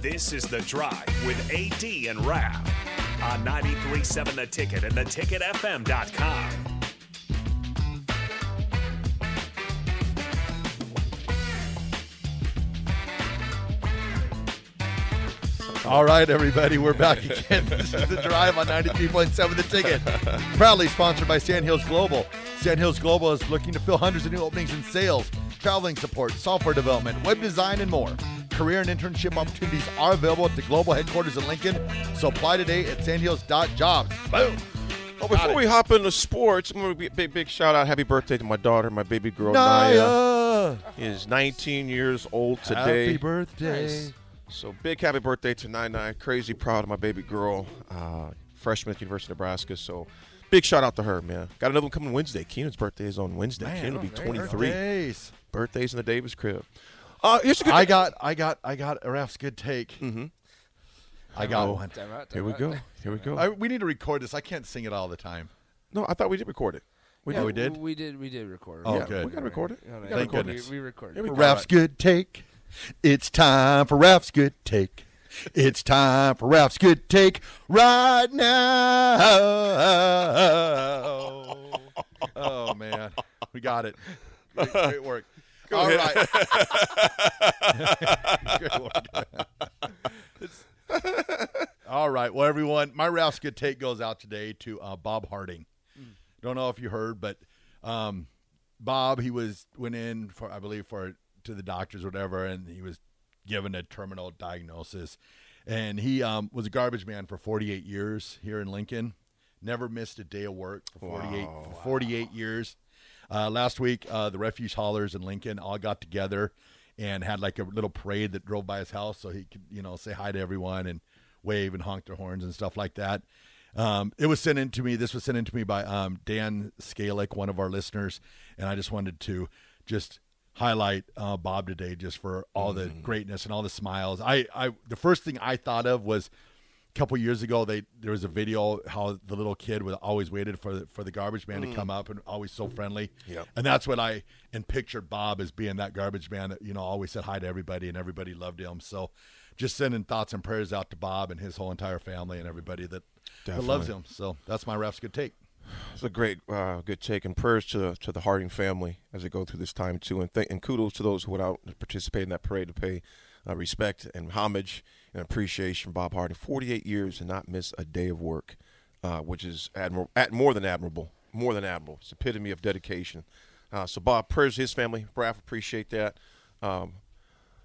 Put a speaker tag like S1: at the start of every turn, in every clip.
S1: This is The Drive with AD and Rab on 93.7 The Ticket and theticketfm.com.
S2: All right, everybody, we're back again. This is the drive on 93.7 The Ticket. Proudly sponsored by Sandhills Global. Sandhills Global is looking to fill hundreds of new openings in sales, traveling support, software development, web design, and more. Career and internship opportunities are available at the global headquarters in Lincoln, so apply today at sandhills.jobs. Boom!
S3: Well, Oh, before
S2: Got it.
S3: we hop into sports, I'm going to be big, big shout out. Happy birthday to my daughter, my baby girl, Naya.
S2: Naya!
S3: is 19 years old today.
S2: Happy birthday.
S3: So big happy birthday to Naya. Crazy proud of my baby girl, uh, freshman at University of Nebraska. So big shout out to her, man. Got another one coming Wednesday. Keenan's birthday is on Wednesday. Keenan will be 23.
S2: Birthdays.
S3: Birthdays in the Davis crib. Uh, here's a good. Mm-hmm.
S2: I got, I got, I got a Raf's good take. I got
S3: Oh.
S2: one.
S3: Here we go. Here we go.
S2: I, we need to record this. I can't sing it all the time.
S3: no, I thought we did record it. We
S2: Yeah,
S3: did.
S2: we did?
S4: We did. We did record.
S2: Oh,
S3: yeah,
S2: good.
S3: We got to record it.
S4: No, no,
S3: We
S4: no,
S3: gotta
S2: Thank
S3: record it.
S2: goodness.
S4: We, we recorded.
S3: Here we go.
S2: Ralph's good take. It's time for Ralph's good take. It's time for Ralph's good take right now. Oh man, we got it. Great, great work. All right. Great work. All right. Well, everyone, my Ralph's good take goes out today to uh, Bob Harding.
S3: Mm.
S2: Don't know if you heard, but um, Bob, he was went in for I believe for to the doctors or whatever, and he was given a terminal diagnosis. And he um, was a garbage man for 48 years here in Lincoln. Never missed a day of work for 48 for 48 years. Uh, last week, uh, the refuge haulers in Lincoln all got together and had like a little parade that drove by his house so he could you know say hi to everyone and wave and honk their horns and stuff like that. Um, it was sent in to me. This was sent in to me by um, Dan Skalick, one of our listeners, and I just wanted to just highlight uh, Bob today, just for all the greatness and all the smiles. I, I, the first thing I thought of was a couple years ago. They there was a video how the little kid was always waited for the, for the garbage man to come up and always so friendly.
S3: Yep.
S2: and that's what I and pictured Bob as being that garbage man that you know always said hi to everybody and everybody loved him. So, just sending thoughts and prayers out to Bob and his whole entire family and everybody that that loves him. So that's my ref's good take.
S3: It's a great, uh, good take, and prayers to to the Harding family as they go through this time too, and th- and kudos to those who went out and participated in that parade to pay uh, respect and homage and appreciation. Bob Harding, 48 years and not miss a day of work, uh, which is admirable, at more than admirable, more than admirable. It's epitome of dedication. Uh, so Bob, prayers to his family. Braff, appreciate that. Um,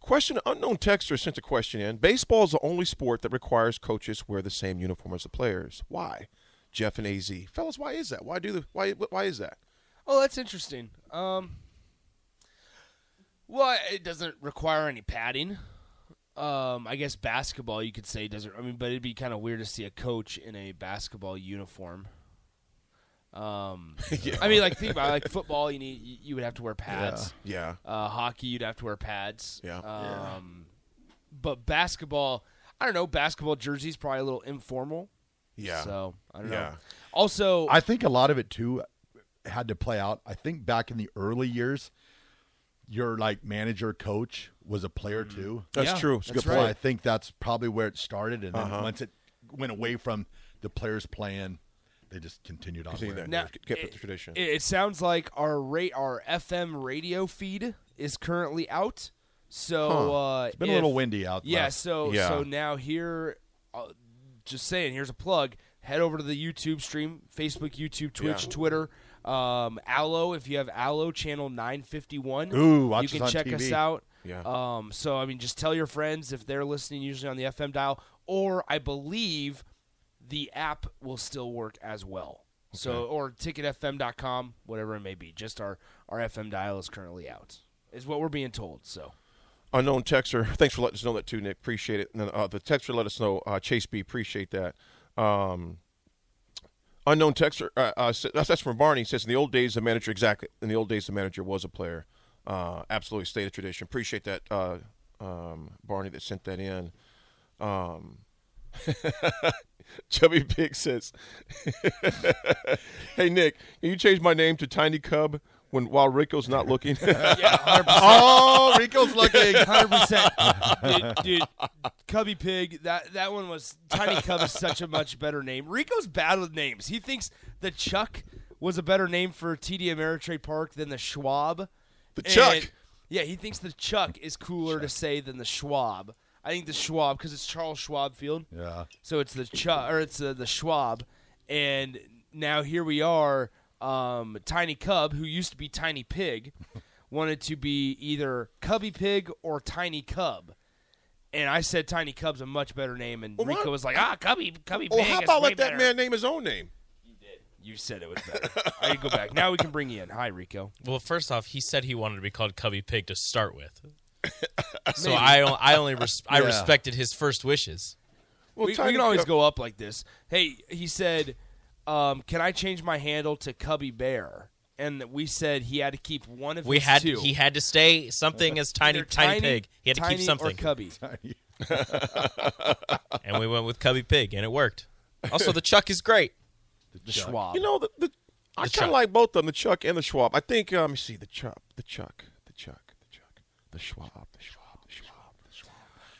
S3: Question Unknown Texter sent a question in. Baseball is the only sport that requires coaches wear the same uniform as the players. Why? Jeff and AZ. Fellas, why is that? Why do the why why is that?
S4: Oh, that's interesting. Um, well, it doesn't require any padding. Um, I guess basketball, you could say, doesn't. I mean, but it'd be kind of weird to see a coach in a basketball uniform. Um, I mean, like think about it, like football. You need you you would have to wear pads.
S3: Yeah.
S4: Uh, hockey, you'd have to wear pads.
S3: Yeah.
S4: Um, but basketball, I don't know. Basketball jerseys probably a little informal.
S3: Yeah.
S4: So I don't know.
S3: Yeah.
S4: Also,
S2: I think a lot of it too had to play out. I think back in the early years, your like manager coach was a player too.
S3: That's
S4: Yeah,
S3: true. It's a
S4: that's
S3: good
S2: So
S4: right.
S2: I think that's probably where it started, and then once it went away from the players playing, they just continued on.
S3: point.
S2: with it.
S4: Now,
S3: kept
S4: it-
S3: with the tradition.
S4: It, it sounds like our rate, our FM radio feed is currently out. So uh,
S2: It's been a
S4: if-
S2: little windy out.
S4: Yeah.
S2: last-
S4: So
S3: Yeah.
S4: so now here, uh, just saying. Here's a plug. Head over to the YouTube stream, Facebook, YouTube, Twitch,
S3: Yeah.
S4: Twitter. Um, Allo, if you have Allo channel 951,
S2: Ooh, watch
S4: you
S2: us
S4: can
S2: on
S4: check
S2: TV.
S4: us out.
S3: Yeah.
S4: Um, so I mean, just tell your friends if they're listening usually on the FM dial, or I believe the app will still work as well. So or ticketfm.com, whatever it may be. Just our our FM dial is currently out, is what we're being told. So
S3: Unknown texter, thanks for letting us know that too, Nick. Appreciate it. And, uh, the texter let us know. Uh, Chase B, appreciate that. Um, unknown texter, uh, uh, s- that's, that's from Barney. Says in the old days, the manager exactly. In the old days, the manager was a player. Uh, absolutely, state of tradition. Appreciate that, uh, um, Barney, that sent that in. Um, Chubby Pig says, "Hey Nick, can you change my name to Tiny Cub when while Rico's not looking.
S2: Oh, Rico's looking.
S4: Hundred percent, dude, dude. Cubby Pig. That that one was Tiny Cub is such a much better name. Rico's bad with names. He thinks the Chuck was a better name for TD Ameritrade Park than the Schwab. The
S3: Chuck?
S4: yeah, he thinks the Chuck is cooler to say than the Schwab. I think the Schwab because it's Charles Schwab Field.
S2: Yeah.
S4: So it's the Chuck or it's uh, the Schwab, and now here we are. Um, Tiny Cub, who used to be Tiny Pig, wanted to be either Cubby Pig or Tiny Cub, and I said Tiny Cub's a much better name, and
S3: Well, why-
S4: Rico was like, Ah, Cubby, Cubby
S3: well,
S4: Pig.
S3: how
S4: is
S3: about
S4: way
S3: let that
S4: better."
S3: man name his own name?
S4: You said it was better. I go back. Now we can bring you in. Hi, Rico.
S5: Well, first off, he said he wanted to be called Cubby Pig to start with. so
S4: Maybe.
S5: I, on- I only res- I
S2: Yeah.
S5: respected his first wishes.
S3: Well,
S4: we, we
S3: Tiny
S4: can always
S3: Cub-
S4: go up like this. Hey, he said, um, "Can I change my handle to Cubby Bear?" And we said he had to keep one of
S5: We
S4: his
S5: had
S4: two.
S5: he had to stay something as tiny,
S4: Either
S5: tiny pig. He had to
S4: tiny
S5: keep something,
S4: Or cubby.
S5: and we went with Cubby Pig, and it worked. Also, the Chuck is great.
S4: The Schwab.
S3: You know, the, the I
S5: The
S3: kind
S5: Chuck.
S3: of like both of them, the Chuck and the Schwab. I think um, let me see the Chuck, the Chuck, the Chuck, the Chuck, the Schwab, the Schwab, the Schwab, the Schwab.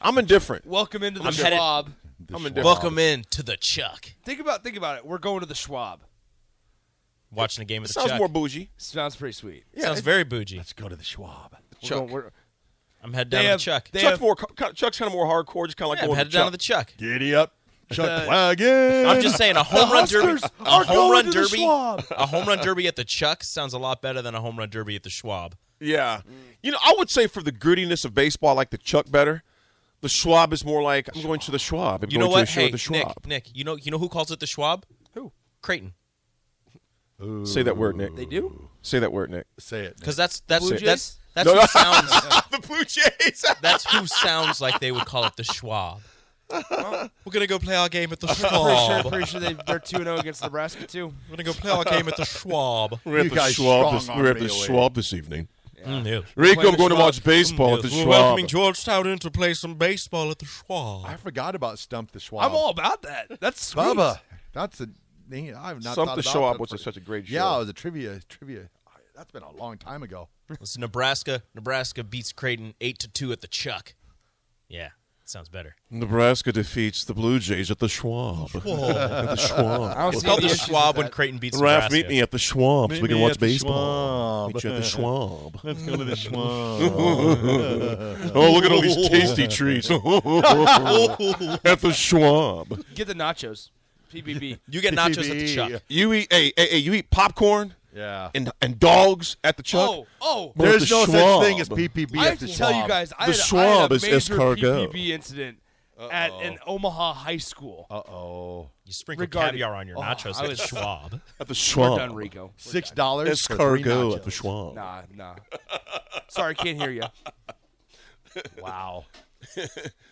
S3: I'm indifferent.
S4: Welcome into the
S5: I'm headed-
S4: Schwab.
S3: I'm indifferent.
S5: Welcome in to the Chuck.
S4: Think about think about it. We're going to the Schwab.
S5: Watching a game of the
S3: Sounds
S5: Chuck
S3: more bougie.
S4: Sounds pretty sweet.
S3: Yeah,
S5: sounds
S3: it-
S5: very bougie.
S2: Let's go to the Schwab.
S4: We're
S3: Chuck.
S4: going- we're-
S5: I'm headed
S4: they
S5: down
S4: have-
S5: to the Chuck.
S4: they
S3: Chuck's
S4: have-
S3: more cu- Chuck's kind of more hardcore, just kind of like
S5: Yeah, I'm
S3: going to
S5: headed down to the Chuck.
S2: Giddy up, Chuck
S4: Uh,
S2: Wagon.
S5: I'm just saying a home run derby.
S2: Huskers
S5: A
S2: are
S5: home
S2: going
S5: run
S2: to the
S5: derby.
S2: Schwab.
S5: A home run derby at the Chuck sounds a lot better than a home run derby at the Schwab.
S3: Yeah.
S4: mm.
S3: You know, I would say for the grittiness of baseball, I like the Chuck better. The Schwab is more like I'm going to the Schwab. I'm
S5: You
S3: going
S5: know
S3: to a
S5: what?
S3: show
S5: Hey,
S3: at the Schwab.
S5: Nick, Nick, you know you know who calls it the Schwab? Who? Creighton.
S3: Say that word, Nick.
S4: They do.
S3: Say that word, Nick.
S2: Say it.
S5: Because that's that's
S4: Blue
S5: that's
S4: Jays?
S5: that's who sounds
S3: the Blue Jays.
S5: that's who sounds like they would call it the Schwab. We're gonna go play our game at the Schwab.
S4: Pretty sure, pretty sure they, they're two and zero against Nebraska too.
S5: We're gonna go play our game at the Schwab.
S3: We're
S2: You
S3: at the
S2: guys
S3: Schwab.
S2: strong
S3: This,
S2: armed
S3: we're at
S2: me
S3: the
S2: away.
S3: Schwab this evening.
S5: Mm, yeah.
S3: Rico,
S4: Playing
S3: I'm going
S4: the
S3: to
S4: Schwab.
S3: watch baseball at the
S5: We're
S3: Schwab.
S5: welcoming Georgetown in to play some baseball at the Schwab.
S2: I forgot about Stump the Schwab.
S4: I'm all about that. That's sweet.
S2: Bubba. That's a name I've not
S3: Stump
S2: thought
S3: the
S2: about
S3: Schwab
S2: that
S3: was
S2: for-
S3: such a great
S2: Yeah,
S3: show.
S2: it was a trivia trivia. That's been a long time ago.
S5: It's Nebraska. Nebraska beats Creighton eight to two at the Chuck. Yeah, sounds better.
S3: Nebraska defeats the Blue Jays at the Schwab. at the Schwab.
S4: don't
S5: It's
S4: see
S5: called
S4: any
S5: the
S4: issues with
S5: Schwab when
S4: that.
S5: Creighton beats
S3: Raph,
S5: Nebraska.
S3: meet me at the Schwab so we can
S2: me
S3: watch
S2: at the
S3: baseball.
S2: Schwab.
S3: Meet you at the Schwab.
S2: Let's go to the Schwab.
S3: Oh, look at all these tasty treats. at the Schwab.
S4: Get the nachos. PBB.
S5: You get nachos at the
S2: TBE.
S5: Chuck.
S3: You eat hey, hey, hey, you eat popcorn
S2: yeah.
S3: and and dogs at the Chuck.
S4: Oh, oh.
S3: But at
S2: There's
S3: the
S2: no
S3: Schwab-
S2: such thing as PPB
S4: I
S2: at
S4: have
S2: the
S4: to tell you
S2: Schwab.
S4: guys, I
S3: The
S4: had, a- I had
S3: Schwab
S4: a
S3: is
S4: major
S3: escargot.
S4: PPB incident at an Omaha high school.
S2: Uh-oh.
S5: You sprinkle
S4: Regarding- Oh,
S5: caviar on your nachos
S4: I
S5: at
S4: was-
S5: Schwab.
S3: At the
S4: We're
S3: Schwab.
S4: done, Rico. We're
S2: Six
S4: done.
S2: dollars for three
S3: Escargot at the
S2: nachos.
S3: Schwab.
S4: Nah, nah. Sorry, can't hear you.
S2: Wow.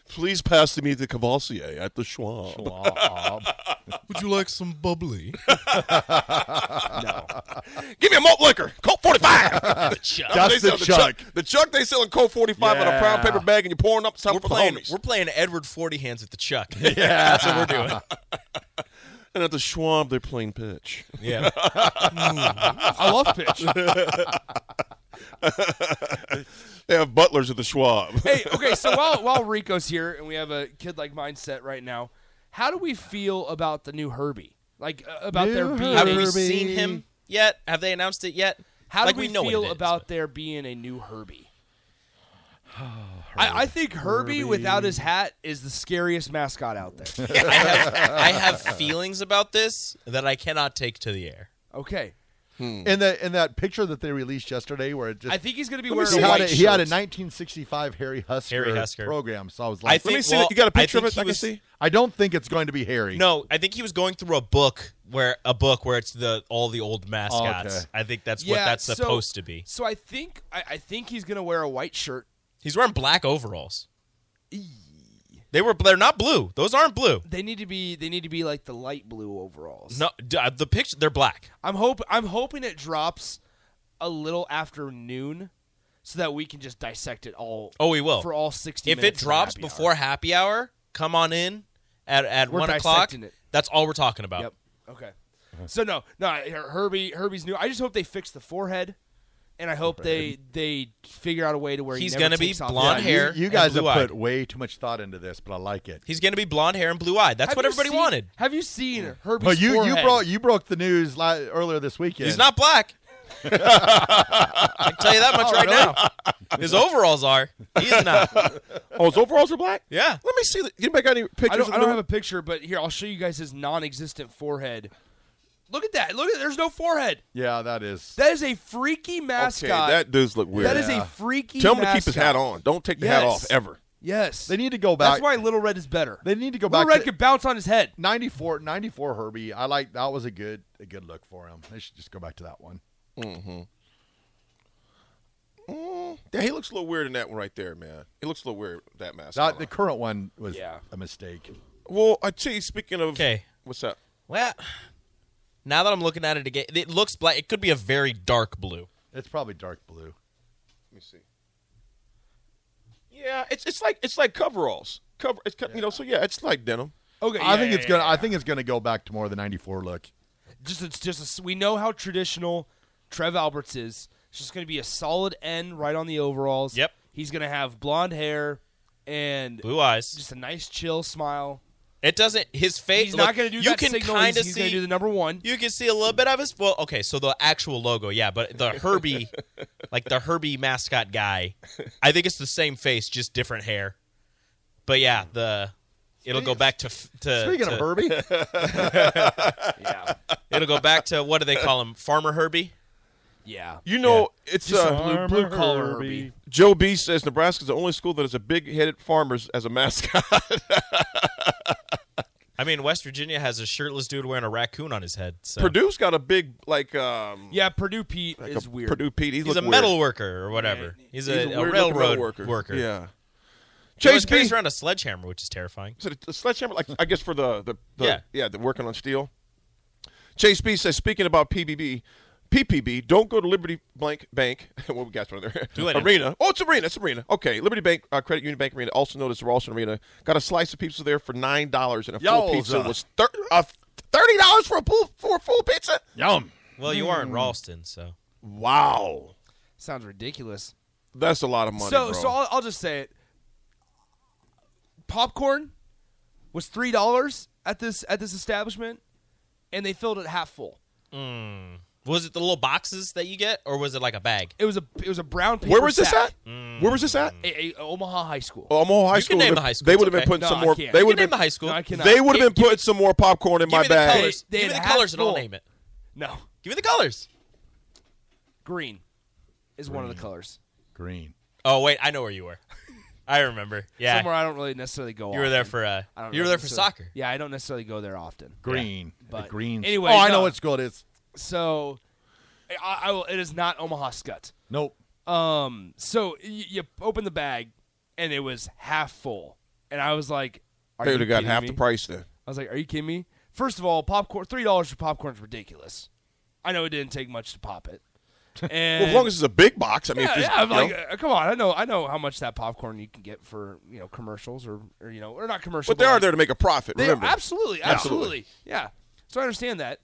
S3: Please pass to me the Cavassier at the Schwab.
S2: Schwab.
S5: Would you like some bubbly?
S3: Give me a malt liquor, Colt 45.
S5: Chuck.
S2: That's
S3: They
S2: the
S3: sell
S2: Chuck.
S3: The Chuck they sell in Colt 45 in a
S2: Yeah.
S3: brown paper bag, and you're pouring up
S5: We're
S3: something for the
S5: playing.
S3: homies.
S5: We're playing Edward Forty Hands at the Chuck. Yeah, that's what we're doing.
S3: And at the Schwab, they're playing pitch.
S5: Yeah,
S4: I love pitch.
S3: They have butlers at the Schwab.
S4: hey, okay, so while while Rico's here and we have a kid like mindset right now, how do we feel about the new Herbie? Like uh, about
S2: New
S4: there being
S5: have
S4: a-
S5: we seen him yet? Have they announced it yet?
S4: How
S5: like
S4: do we,
S5: know what
S4: feel
S5: it is,
S4: about
S5: but-
S4: there being a new Herbie? I, I think Herbie, without his hat is the scariest mascot out there.
S5: I have, I have feelings about this that I cannot take to the air.
S4: Okay,
S2: In the in that picture that they released yesterday, where it just
S4: I think he's going to be
S2: he
S4: wearing a
S2: had
S4: white
S2: a,
S4: shirt.
S2: he had a 1965 Harry Husker,
S5: Harry Husker.
S2: program, so I was like, I,
S5: I think-
S3: Let me see.
S5: well,
S3: that. You got a
S5: I
S3: picture of
S5: think
S3: it?
S5: he
S3: I can
S5: was-
S3: see.
S2: don't think it's going to be Harry.
S5: No, I think he was going through a book where a book where it's the all the old mascots.
S2: okay.
S5: I think that's
S4: yeah,
S5: what that's
S4: so-
S5: supposed to be.
S4: So I think I, I think he's going to wear a white shirt.
S5: He's wearing black overalls. They were they're not blue. Those aren't blue.
S4: They need to be they need to be like the light blue overalls.
S5: No, d- uh, the picture they're black.
S4: I'm hope I'm hoping it drops a little after noon, so that we can just dissect it all.
S5: Oh, we will.
S4: for all sixty.
S5: if it
S4: minutes of
S5: drops
S4: happy
S5: before
S4: hour.
S5: happy hour, come on in at at
S4: We're
S5: one o'clock.
S4: dissecting it.
S5: That's all we're talking about.
S4: Yep. Okay. So no, no. Her- Herbie, Herbie's new. I just hope they fix the forehead. and I hope they they figure out a way to where he
S5: He's
S4: never
S5: gonna be
S4: takes off-
S5: blonde
S2: Yeah,
S5: hair
S2: You, you
S5: and
S2: guys have
S5: blue-eyed.
S2: put way too much thought into this, but I like it.
S5: He's going to be blonde hair and blue eyed. That's
S4: Have
S5: what
S4: you
S5: everybody
S4: seen-
S5: wanted.
S4: Have you seen Herbie's
S2: But you, you
S4: forehead?
S2: brought you broke the news li- earlier this weekend.
S5: He's not black. I can tell you that
S4: Oh,
S5: much right now. His overalls are. He's not.
S3: Oh, his overalls are black.
S5: Yeah.
S3: Let me see. the- You make any pictures?
S4: I don't,
S3: of
S4: I don't
S3: the-
S4: have a picture, but here I'll show you guys his non-existent forehead. Look at that! Look at there's no forehead.
S2: Yeah, that is.
S4: That is a freaky
S3: Okay,
S4: mascot.
S3: that does look weird.
S4: that is
S2: Yeah.
S4: a freaky.
S3: Tell him to keep his
S4: mascot.
S3: hat on. Don't take the hat
S4: Yes.
S3: off ever.
S4: Yes,
S2: they need to go back.
S4: That's why Little Red is better.
S2: they need to go
S4: Little
S2: back.
S4: Red
S2: to,
S4: could bounce on his head.
S2: 94, 94 Herbie. I like that was a good a good look for him. They should just go back to that one.
S3: Yeah, he looks a little weird in that one right there, man. He looks a little weird with that mask.
S2: That,
S3: on.
S2: the current one was
S4: Yeah.
S2: a mistake.
S3: well, I tell you, speaking of,
S5: Okay.
S3: what's up?
S5: Well, now that I'm looking at it again, it looks black. It could be a very dark blue.
S2: It's probably dark blue.
S3: Let me see. Yeah, it's it's like it's like coveralls. Cover, it's cut- you know. So yeah, it's like denim.
S4: Okay,
S2: I
S4: yeah,
S2: think
S4: yeah,
S2: it's
S4: yeah,
S2: gonna. I think it's gonna go back to more of the '94 look.
S4: just it's just a s we know how traditional Trev Alberts is. It's just going to be a solid N right on the overalls.
S5: Yep.
S4: He's going to have blonde hair and
S5: Blue eyes.
S4: just a nice chill smile.
S5: It doesn't. His face.
S4: He's
S5: look,
S4: not going to do
S5: You
S4: that
S5: can
S4: signal.
S5: kind
S4: He's,
S5: of
S4: he's going
S5: see.
S4: to do the number one.
S5: you can see a little bit of his. Well, okay, so the actual logo, yeah, but the Herbie, like the Herbie mascot guy, I think it's the same face, just different hair. But yeah, the it'll go back to f- to.
S2: Speaking
S5: to-
S2: of Herbie,
S4: yeah.
S5: it'll go back to what do they call him, Farmer Herbie?
S4: Yeah.
S3: You know, it's
S4: Just
S3: uh,
S4: a blue, blue collar Herbie.
S3: Joe B says Nebraska's the only school that has a big-headed farmers as a mascot.
S5: I mean, West Virginia has a shirtless dude wearing a raccoon on his head. So
S3: Purdue's got a big like um
S4: Yeah, Purdue Pete
S3: like
S4: is
S3: a
S4: weird.
S3: Purdue Pete. He
S5: he's a
S3: looked
S5: metal
S3: weird.
S5: worker or whatever. He's a,
S3: He's
S5: a
S3: weird-looking
S5: railroad
S3: metal
S5: worker.
S3: Yeah.
S5: So he
S3: Chase B.
S5: carries around a sledgehammer, which is terrifying.
S3: So the, the sledgehammer, like I guess for the the, the
S5: Yeah.
S3: yeah the working on steel. Chase B says speaking about PBB, PPB, don't go to Liberty Blank Bank. well, we got one there.
S5: Do it.
S3: Arena. Oh, it's Arena. It's Arena. Okay, Liberty Bank uh, Credit Union Bank Arena, also known as the Ralston Arena, got a slice of pizza there for nine dollars, and a full
S2: Yowza.
S3: pizza was thir- uh, thirty dollars for a full for a full pizza.
S2: yum.
S5: Well, you
S3: Hmm.
S5: are in Ralston, so
S3: Wow,
S4: Sounds ridiculous.
S3: that's a lot of money.
S4: so
S3: bro.
S4: so I'll, I'll just say it. Popcorn was three dollars at this at this establishment, and they filled it half full.
S5: was it the little boxes that you get, or was it like a bag?
S4: It was a it was a brown paper.
S3: where was this
S4: sack.
S3: at? Where was this at? Oh.
S4: A, a- Omaha High School.
S3: Omaha High
S5: You can
S3: School.
S5: name
S3: They-
S5: the high school.
S3: They
S5: It's
S3: would have been
S5: okay.
S3: putting
S4: No,
S3: some
S4: I
S3: more.
S4: can't.
S3: They
S4: You
S5: You
S3: would
S5: name
S3: have
S5: the
S3: been.
S5: high school.
S4: No, I
S5: Give
S4: cannot.
S3: They would have been putting some more popcorn in my
S5: me the
S3: bag.
S5: colors.
S4: They- they
S5: Give me
S4: had
S5: the
S4: a hat
S5: colors, and I'll
S4: full.
S5: name it.
S4: No,
S5: Give me the colors.
S4: green is one of the colors.
S2: Green.
S5: Oh wait, I know where you were. I remember. Yeah,
S4: Somewhere I don't really necessarily go.
S5: you were there for uh,
S4: I don't
S5: you were
S4: really
S5: there for
S4: necessarily-
S5: soccer.
S4: Yeah, I don't necessarily go there often.
S2: Green.
S4: But
S2: the green.
S4: anyway,
S2: oh, I know
S4: no.
S2: what school it is.
S4: So, I, I will, it is not Omaha Scut.
S2: Nope.
S4: Um, so you, you open the bag, and it was half full, and I was like, "Are
S3: They
S4: you
S3: would have got
S4: kidding
S3: half
S4: me?
S3: the price then.
S4: I was like, "Are you kidding me?" First of all, popcorn three dollars for popcorn is ridiculous. I know it didn't take much to pop it. And
S3: Well, as long as it's a big box, I mean,
S4: yeah,
S3: if it's,
S4: yeah, I'm
S3: you
S4: like,
S3: know,
S4: uh, come on, I know, I know how much that popcorn you can get for you know commercials or, or you know or not commercials,
S3: but they are
S4: like-
S3: there to make a profit.
S4: they
S3: remember,
S4: absolutely,
S3: Absolutely.
S4: absolutely, yeah. So I understand that,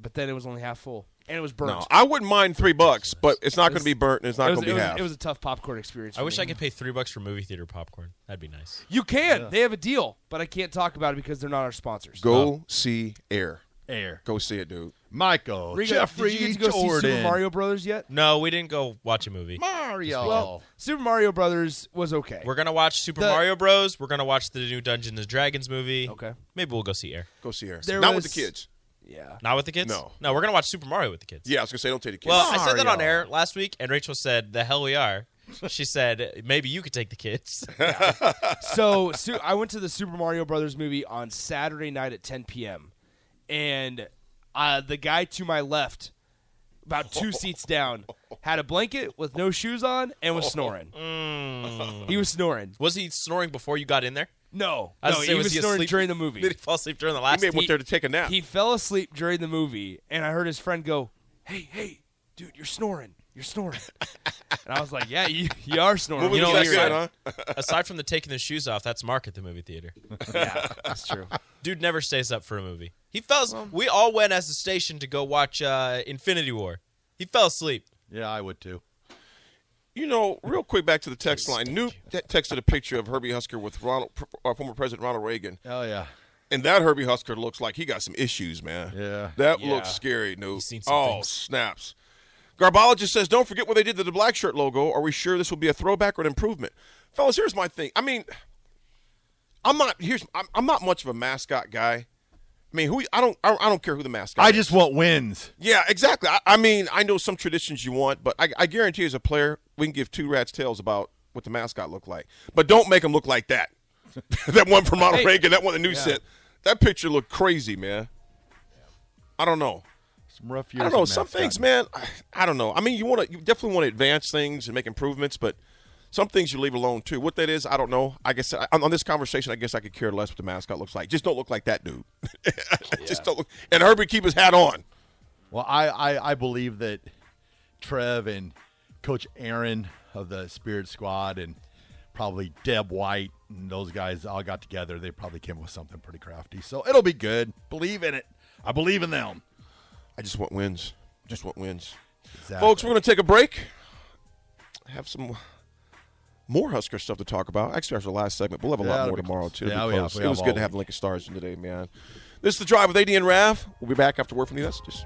S4: but then it was only half full and it was burnt.
S3: no, I wouldn't mind three bucks, but it's not going to be burnt and it's not
S4: it,
S3: going
S4: was,
S3: to be
S4: it, was,
S3: half.
S4: it was a tough popcorn experience.
S5: I
S4: for
S5: wish
S4: me.
S5: I could pay three bucks for movie theater popcorn. That'd be nice.
S4: You can. They have a deal, but I can't talk about it because they're not our sponsors.
S3: go see Air.
S2: Air.
S3: Go see it, dude.
S2: Michael.
S4: Rigo,
S2: Jeffrey
S4: did you get to go
S2: Jordan.
S4: see Super Mario Brothers yet?
S5: No, we didn't go watch a movie.
S2: Mario.
S4: Well, Super Mario Brothers was okay.
S5: We're gonna watch Super
S4: The-
S5: Mario Bros. We're gonna watch the new Dungeons and Dragons movie.
S4: Okay.
S5: Maybe we'll go see Air.
S3: Go see Air.
S4: There
S3: not with
S4: was-
S3: the kids.
S4: yeah.
S5: Not with the kids.
S3: No.
S5: No, we're gonna watch Super Mario with the kids.
S3: Yeah, I was going to say, don't take the kids.
S5: Well, I said that on
S2: Mario.
S5: air last week, and Rachel said, "The hell we are." She said, "Maybe you could take the kids."
S4: so su- I went to the Super Mario Brothers movie on Saturday night at 10 p.m. and uh, the guy to my left, about two seats down, had a blanket with no shoes on and was snoring.
S3: Mm.
S4: He was snoring.
S5: was he snoring before you got in there?
S4: No,
S5: I
S4: no,
S5: was gonna say,
S4: he
S5: was
S4: was
S5: he
S4: snoring
S5: asleep?
S4: during the movie.
S5: Did he fall asleep during the last?
S3: He may went
S4: he-
S3: there to take a nap.
S4: He fell asleep during the movie, and I heard his friend go, "Hey, hey, dude, you're snoring. You're snoring." and I was like, "Yeah, you, you are snoring."
S3: Movie
S5: You know,
S3: was
S5: you're
S3: that
S5: right.
S3: good, huh?
S5: aside from the taking the shoes off, that's Mark at the movie theater.
S4: yeah, that's true.
S5: Dude never stays up for a movie. He fell. as- we all went as a station to go watch uh, Infinity War. He fell asleep.
S2: Yeah, I would too.
S3: You know, real quick back to the text line. Nuke te- texted a picture of Herbie Husker with Ronald, our former President Ronald Reagan,
S2: Oh yeah.
S3: and that Herbie Husker looks like he got some issues, man.
S2: Yeah.
S3: that
S5: Yeah.
S3: looks scary, Nuke.
S5: He's seen some
S3: oh
S5: things.
S3: snaps! Garbologist says, "Don't forget what they did to the black shirt logo. Are we sure this will be a throwback or an improvement, fellas? Here's my thing. I mean, I'm not here's I'm, I'm not much of a mascot guy. I mean, who I don't I, I don't care who the mascot.
S2: I
S3: is.
S2: just want wins.
S3: Yeah, exactly. I, I mean, I know some traditions you want, but I, I guarantee as a player, we can give two rats' tails about what the mascot looked like. But don't make them look like that. that one from Ronald
S4: Hey.
S3: Reagan, that one the new set. That picture looked crazy, man. I don't know.
S2: Some rough years.
S3: I don't know.
S2: with
S3: Some
S2: mascot.
S3: things, man. I, I don't know. I mean, you want to, you definitely want to advance things and make improvements, but some things you leave alone too. What that is, I don't know. I guess I, on on this conversation, I guess I could care less what the mascot looks like. Just don't look like that dude. Just don't. Look, and Herbie keep his hat on.
S2: Well, I, I, I believe that Trev and Coach Aaron of the Spirit Squad and probably Deb White and those guys all got together. They probably came up with something pretty crafty. So it'll be good. Believe in it. I believe in them.
S3: I just want wins. Just want wins.
S2: Exactly.
S3: Folks, we're going to take a break. Have some more Husker stuff to talk about. Actually, that's our last segment. We'll have a
S2: Yeah,
S3: lot
S2: it'll
S3: more
S2: be-
S3: tomorrow, too.
S2: yeah,
S3: It'll
S2: we
S3: be
S2: have-
S3: close.
S2: we
S3: it was
S2: have
S3: good
S2: all
S3: to
S2: week.
S3: have Lincoln Stars in today, man. This is The Drive with AD and Rav. We'll be back after word from the messages.